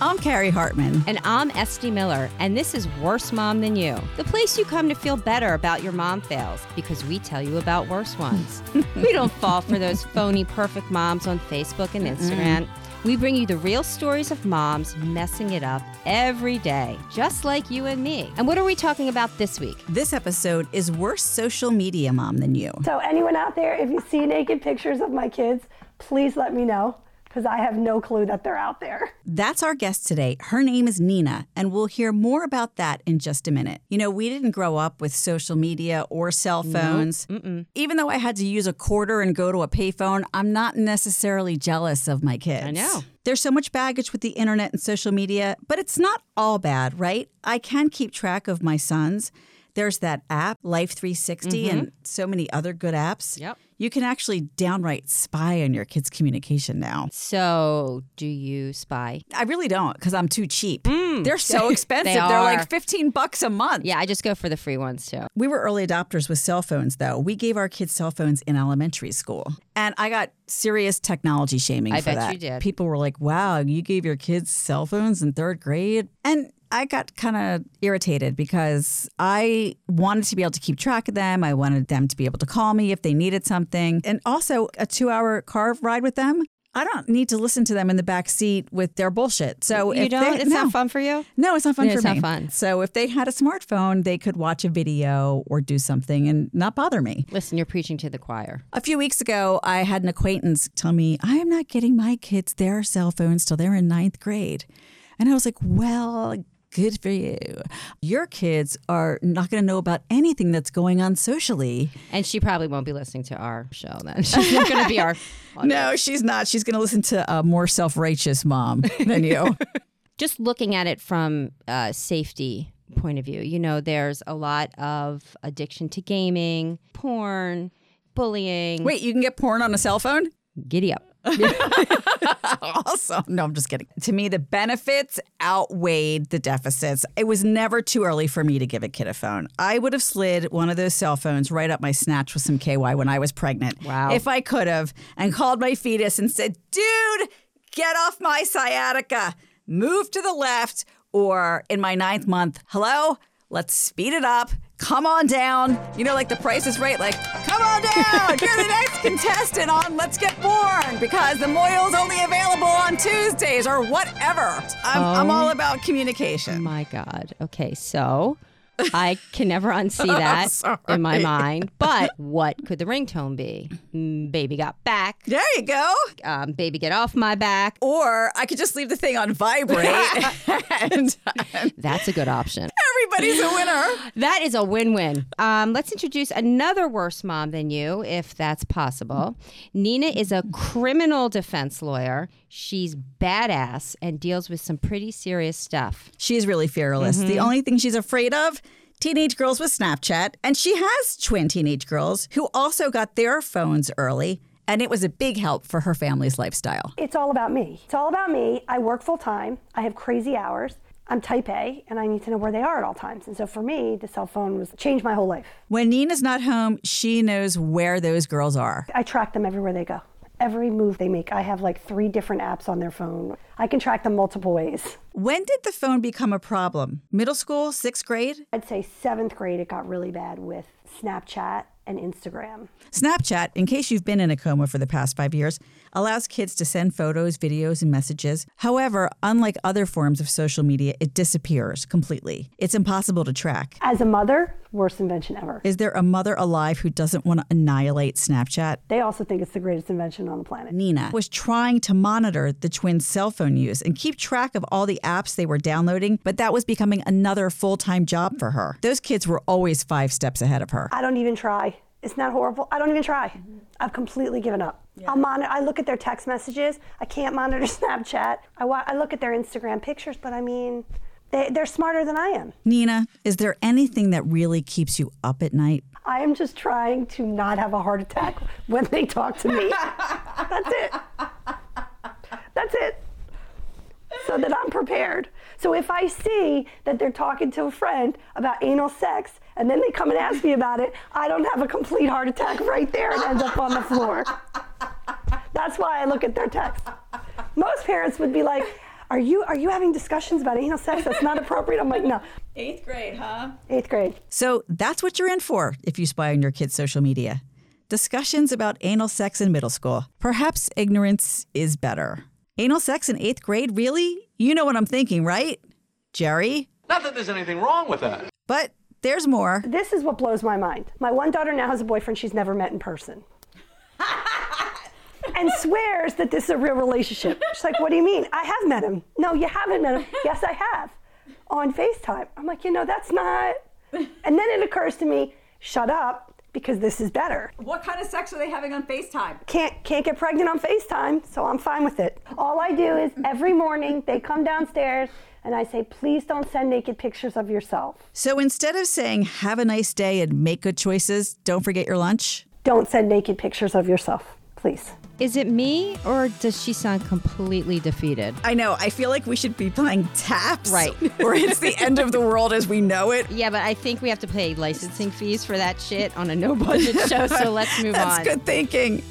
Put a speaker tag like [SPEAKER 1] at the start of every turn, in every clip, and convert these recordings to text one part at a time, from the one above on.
[SPEAKER 1] I'm Carrie Hartman.
[SPEAKER 2] And I'm Esty Miller, and this is Worse Mom Than You, the place you come to feel better about your mom fails because we tell you about worse ones. we don't fall for those phony perfect moms on Facebook and Instagram. We bring you the real stories of moms messing it up every day, just like you and me. And what are we talking about this week?
[SPEAKER 1] This episode is Worse Social Media Mom Than You.
[SPEAKER 3] So, anyone out there, if you see naked pictures of my kids, please let me know because I have no clue that they're out there.
[SPEAKER 1] That's our guest today. Her name is Nina, and we'll hear more about that in just a minute. You know, we didn't grow up with social media or cell phones. Even though I had to use a quarter and go to a payphone, I'm not necessarily jealous of my kids. I
[SPEAKER 2] know.
[SPEAKER 1] There's so much baggage with the internet and social media, but it's not all bad, right? I can keep track of my sons. There's that app, Life 360, and so many other good apps.
[SPEAKER 2] Mm-hmm. Yep.
[SPEAKER 1] You can actually downright spy on your kids' communication now.
[SPEAKER 2] So, do you spy?
[SPEAKER 1] I really don't because I'm too cheap. They're so expensive.
[SPEAKER 2] Mm. They
[SPEAKER 1] are
[SPEAKER 2] are.
[SPEAKER 1] like 15 bucks a month.
[SPEAKER 2] Yeah, I just go for the free ones too.
[SPEAKER 1] We were early adopters with cell phones, though. We gave our kids cell phones in elementary school. And I got serious technology shaming
[SPEAKER 2] I
[SPEAKER 1] for
[SPEAKER 2] bet
[SPEAKER 1] that.
[SPEAKER 2] you did.
[SPEAKER 1] People were like, wow, you gave your kids cell phones in third grade? And I got kind of irritated because I wanted to be able to keep track of them. I wanted them to be able to call me if they needed something. And also, a two hour car ride with them. I don't need to listen to them in the back seat with their bullshit. So
[SPEAKER 2] You
[SPEAKER 1] if
[SPEAKER 2] don't?
[SPEAKER 1] They,
[SPEAKER 2] it's
[SPEAKER 1] no.
[SPEAKER 2] not fun for you?
[SPEAKER 1] No, it's not fun
[SPEAKER 2] Yeah,
[SPEAKER 1] for
[SPEAKER 2] it's
[SPEAKER 1] me.
[SPEAKER 2] not fun.
[SPEAKER 1] So if they had a smartphone, they could watch a video or do something and not bother me.
[SPEAKER 2] Listen, you're preaching to the choir.
[SPEAKER 1] A few weeks ago, I had an acquaintance tell me, I am not getting my kids their cell phones till they're in ninth grade. And I was like, well, good for you. Your kids are not going to know about anything that's going on socially.
[SPEAKER 2] And she probably won't be listening to our show then. She's not going to be our.
[SPEAKER 1] No, she's not. She's going to listen to a more self righteous mom than you.
[SPEAKER 2] Just looking at it from uh, safety point of view, you know, there's a lot of addiction to gaming, porn, bullying.
[SPEAKER 1] Wait, you can get porn on a cell phone?
[SPEAKER 2] giddy up. Oh
[SPEAKER 1] awesome. No, I'm just kidding. To me, the benefits outweighed the deficits. It was never too early for me to give a kid a phone. I would have slid one of those cell phones right up my snatch with some KY when I was pregnant.
[SPEAKER 2] Wow.
[SPEAKER 1] If I could have, and called my fetus and said, dude, get off my sciatica, move to the left, or in my ninth month, hello, let's speed it up. Come on down. You know, like the price is right, like, come on down. You're the next contestant on Let's Get Born because the Moyle's only available on Tuesdays or whatever. I'm, I'm all about communication.
[SPEAKER 2] My God. Okay, so I can never unsee that in my mind. But what could the ringtone be? Mm, baby got back.
[SPEAKER 1] There you go.
[SPEAKER 2] Um, baby get off my back.
[SPEAKER 1] Or I could just leave the thing on vibrate and
[SPEAKER 2] That's a good option.
[SPEAKER 1] everybody's a winner.
[SPEAKER 2] That is a win-win. Um, let's introduce another worse mom than you, if that's possible. Nina is a criminal defense lawyer. She's badass and deals with some pretty serious stuff.
[SPEAKER 1] She's really fearless. The only thing she's afraid of teenage girls with Snapchat. And she has twin teenage girls who also got their phones early. And it was a big help for her family's lifestyle.
[SPEAKER 3] It's all about me. It's all about me. I work full time, I have crazy hours. I'm type A and I need to know where they are at all times. And so for me, the cell phone was changed my whole life.
[SPEAKER 1] When Nina's not home, she knows where those girls are.
[SPEAKER 3] I track them everywhere they go. Every move they make, I have like three different apps on their phone. I can track them multiple ways.
[SPEAKER 1] When did the phone become a problem? Middle school, sixth grade?
[SPEAKER 3] I'd say seventh grade, it got really bad with Snapchat and Instagram.
[SPEAKER 1] Snapchat, in case you've been in a coma for the past five years, allows kids to send photos, videos, and messages. However, unlike other forms of social media, it disappears completely. It's impossible to track.
[SPEAKER 3] As a mother, worst invention ever.
[SPEAKER 1] Is there a mother alive who doesn't want to annihilate Snapchat?
[SPEAKER 3] They also think it's the greatest invention on the planet.
[SPEAKER 1] Nina was trying to monitor the twins' cell phone use and keep track of all the apps they were downloading, but that was becoming another full time job for her. Those kids were always five steps ahead of her.
[SPEAKER 3] I don't even try. Isn't that horrible? I don't even try. I've completely given up. I'll monitor. I look at their text messages. I can't monitor Snapchat. I, wa- I look at their Instagram pictures, but I mean, they, they're smarter than I am.
[SPEAKER 1] Nina, is there anything that really keeps you up at night?
[SPEAKER 3] I am just trying to not have a heart attack when they talk to me. That's it. That's it. So that I'm prepared. So if I see that they're talking to a friend about anal sex and then they come and ask me about it, I don't have a complete heart attack right there and end up on the floor. That's why I look at their text. Most parents would be like, Are you are you having discussions about anal sex? That's not appropriate. I'm like, no.
[SPEAKER 1] Eighth grade, huh?
[SPEAKER 3] Eighth grade.
[SPEAKER 1] So that's what you're in for if you spy on your kids' social media. Discussions about anal sex in middle school. Perhaps ignorance is better. Anal sex in eighth grade, really? You know what I'm thinking, right? Jerry?
[SPEAKER 4] Not that there's anything wrong with that.
[SPEAKER 1] But there's more.
[SPEAKER 3] This is what blows my mind. My one daughter now has a boyfriend she's never met in person. and swears that this is a real relationship. She's like, What do you mean? I have met him. No, you haven't met him. Yes, I have. On FaceTime. I'm like, You know, that's not. And then it occurs to me, Shut up, because this is better.
[SPEAKER 1] What kind of sex are they having on FaceTime?
[SPEAKER 3] Can't, can't get pregnant on FaceTime, so I'm fine with it. All I do is every morning they come downstairs and I say, Please don't send naked pictures of yourself.
[SPEAKER 1] So instead of saying, have a nice day and make good choices, don't forget your lunch,
[SPEAKER 3] Don't send naked pictures of yourself, please.
[SPEAKER 2] Is it me or does she sound completely defeated?
[SPEAKER 1] I know. I feel like we should be playing taps.
[SPEAKER 2] Right.
[SPEAKER 1] Or it's the end of the world as we know it.
[SPEAKER 2] Yeah, but I think we have to pay licensing fees for that shit on a no budget show, so let's move
[SPEAKER 1] That's
[SPEAKER 2] on.
[SPEAKER 1] good thinking.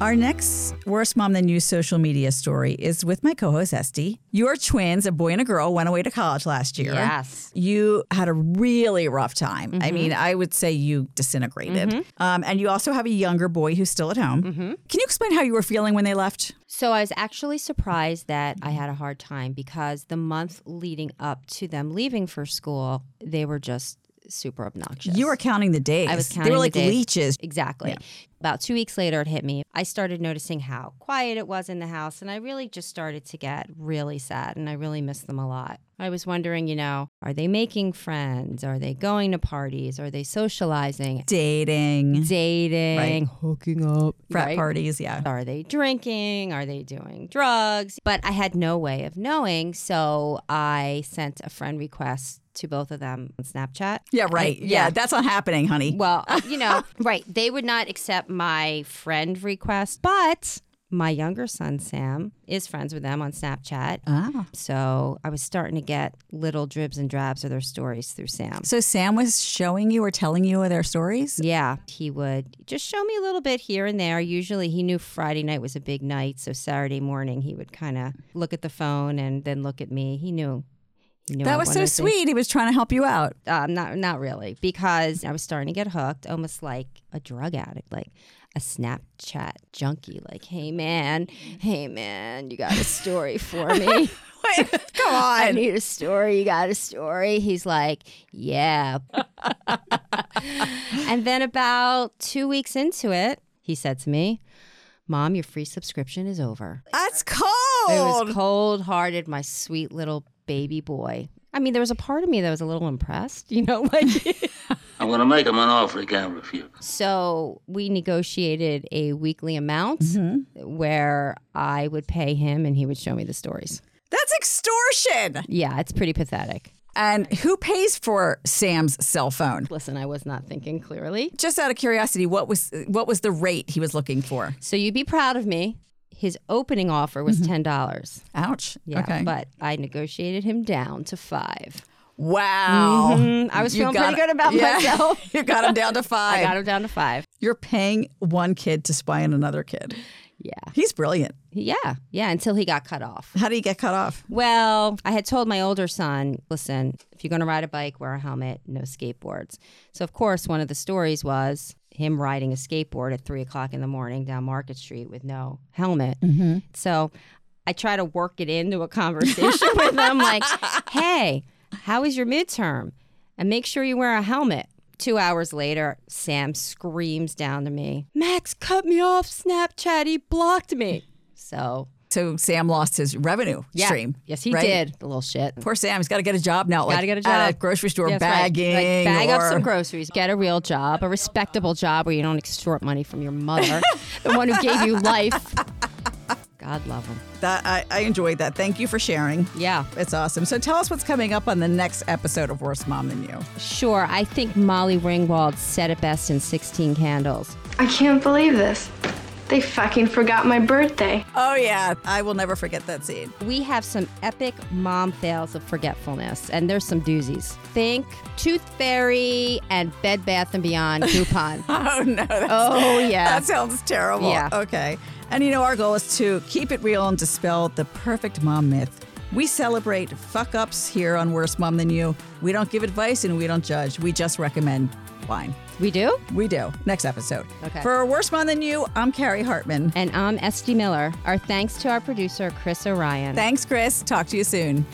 [SPEAKER 1] Our next Worst Mom Than You social media story is with my co host, Esty. Your twins, a boy and a girl, went away to college last year.
[SPEAKER 2] Yes.
[SPEAKER 1] You had a really rough time. I
[SPEAKER 2] Mm-hmm.
[SPEAKER 1] mean, I would say you disintegrated. Um, and you also have a younger boy who's still at home.
[SPEAKER 2] Mm-hmm.
[SPEAKER 1] Can you explain how you were feeling when they left?
[SPEAKER 2] So I was actually surprised that I had a hard time because the month leading up to them leaving for school, they were just super obnoxious.
[SPEAKER 1] You were counting the days.
[SPEAKER 2] I was counting.
[SPEAKER 1] They were
[SPEAKER 2] the
[SPEAKER 1] like
[SPEAKER 2] days.
[SPEAKER 1] leeches.
[SPEAKER 2] Exactly. About two weeks later, it hit me. I started noticing how quiet it was in the house, and I really just started to get really sad, and I really missed them a lot. I was wondering, you know, are they making friends? Are they going to parties? Are they socializing?
[SPEAKER 1] Dating,
[SPEAKER 2] Dating, hooking up,
[SPEAKER 1] frat
[SPEAKER 2] right?
[SPEAKER 1] parties. Yeah.
[SPEAKER 2] Are they drinking? Are they doing drugs? But I had no way of knowing. So I sent a friend request to both of them on Snapchat.
[SPEAKER 1] Yeah, right.
[SPEAKER 2] I-
[SPEAKER 1] yeah. that's not happening, honey.
[SPEAKER 2] Well, you know, right. They would not accept my friend request, but my younger son, Sam, is friends with them on Snapchat.
[SPEAKER 1] Ah.
[SPEAKER 2] So I was starting to get little dribs and drabs of their stories through Sam.
[SPEAKER 1] So Sam was showing you or telling you their stories?
[SPEAKER 2] Yeah, he would just show me a little bit here and there. Usually, he knew Friday night was a big night, so Saturday morning he would kind of look at the phone and then look at me. He knew. He knew I
[SPEAKER 1] That was so
[SPEAKER 2] wanted to-
[SPEAKER 1] sweet. He was trying to help you out.
[SPEAKER 2] Um, not not really, because I was starting to get hooked, almost like a drug addict, like a Snapchat junkie. Like, hey man, hey man, you got a story for me?
[SPEAKER 1] Come
[SPEAKER 2] I
[SPEAKER 1] on.
[SPEAKER 2] need a story. You got a story? He's like, yeah. and then about two weeks into it, he said to me, Mom, your free subscription is over.
[SPEAKER 1] That's
[SPEAKER 2] It
[SPEAKER 1] cold.
[SPEAKER 2] was cold hearted, my sweet little baby boy. I mean, there was a part of me that was a little impressed, you know, like.
[SPEAKER 5] I'm gonna make him an offer he can't refuse.
[SPEAKER 2] So we negotiated a weekly amount where I would pay him and he would show me the stories.
[SPEAKER 1] That's extortion.
[SPEAKER 2] Yeah, it's pretty pathetic.
[SPEAKER 1] And who pays for Sam's cell phone?
[SPEAKER 2] Listen, I was not thinking clearly.
[SPEAKER 1] Just out of curiosity, what was what was the rate he was looking for?
[SPEAKER 2] So you'd be proud of me. His opening offer was ten dollars.
[SPEAKER 1] Ouch.
[SPEAKER 2] Yeah,
[SPEAKER 1] Mm-hmm. okay.
[SPEAKER 2] but I negotiated him down to five.
[SPEAKER 1] wow.
[SPEAKER 2] Mhm. I was
[SPEAKER 1] You
[SPEAKER 2] feeling
[SPEAKER 1] got
[SPEAKER 2] pretty
[SPEAKER 1] it.
[SPEAKER 2] good about
[SPEAKER 1] Yeah.
[SPEAKER 2] myself.
[SPEAKER 1] you got him down to five.
[SPEAKER 2] I got him down to five.
[SPEAKER 1] You're paying one kid to spy on another kid.
[SPEAKER 2] Yeah,
[SPEAKER 1] He's brilliant.
[SPEAKER 2] yeah, yeah. Until he got cut off.
[SPEAKER 1] How do you get cut off?
[SPEAKER 2] Well, I had told my older son, listen, if you're going to ride a bike, wear a helmet, no skateboards. So, of course, one of the stories was him riding a skateboard at three o'clock in the morning down Market Street with no helmet. So, I try to work it into a conversation with him like, hey, how was your midterm? And make sure you wear a helmet. Two hours later, Sam screams down to me, Max cut me off Snapchat. He blocked me. So,
[SPEAKER 1] So Sam lost his revenue
[SPEAKER 2] yeah.
[SPEAKER 1] stream.
[SPEAKER 2] Yes, he
[SPEAKER 1] right?
[SPEAKER 2] did. The little shit.
[SPEAKER 1] Poor Sam. He's got to get a job now. Like
[SPEAKER 2] Gotta get a
[SPEAKER 1] at
[SPEAKER 2] job.
[SPEAKER 1] grocery store
[SPEAKER 2] Yes, right. Like,
[SPEAKER 1] bagging.
[SPEAKER 2] bag
[SPEAKER 1] or-
[SPEAKER 2] up some groceries. Get a real job, a respectable job where you don't extort money from your mother, the one who gave you life. God love him.
[SPEAKER 1] That I, I enjoyed that. Thank you for sharing.
[SPEAKER 2] Yeah.
[SPEAKER 1] It's awesome. So tell us what's coming up on the next episode of Worst Mom Than You.
[SPEAKER 2] Sure, I think Molly Ringwald said it best in 16 Candles.
[SPEAKER 6] I can't believe this. They fucking forgot my birthday.
[SPEAKER 1] Oh yeah, I will never forget that scene.
[SPEAKER 2] We have some epic mom fails of forgetfulness, and there's some doozies. Think Tooth Fairy and Bed Bath & Beyond coupon.
[SPEAKER 1] Oh no. That's,
[SPEAKER 2] oh, yeah.
[SPEAKER 1] That sounds terrible.
[SPEAKER 2] Yeah.
[SPEAKER 1] Okay. And you know, our goal is to keep it real and dispel the perfect mom myth. We celebrate fuck ups here on Worse Mom Than You. We don't give advice and we don't judge. We just recommend wine.
[SPEAKER 2] We do?
[SPEAKER 1] We do. Next episode.
[SPEAKER 2] Okay.
[SPEAKER 1] For Worse Mom Than You, I'm Carrie Hartman.
[SPEAKER 2] um, And I'm Esty Miller. Our thanks to our producer, Chris Orion.
[SPEAKER 1] Thanks, Chris. Talk to you soon.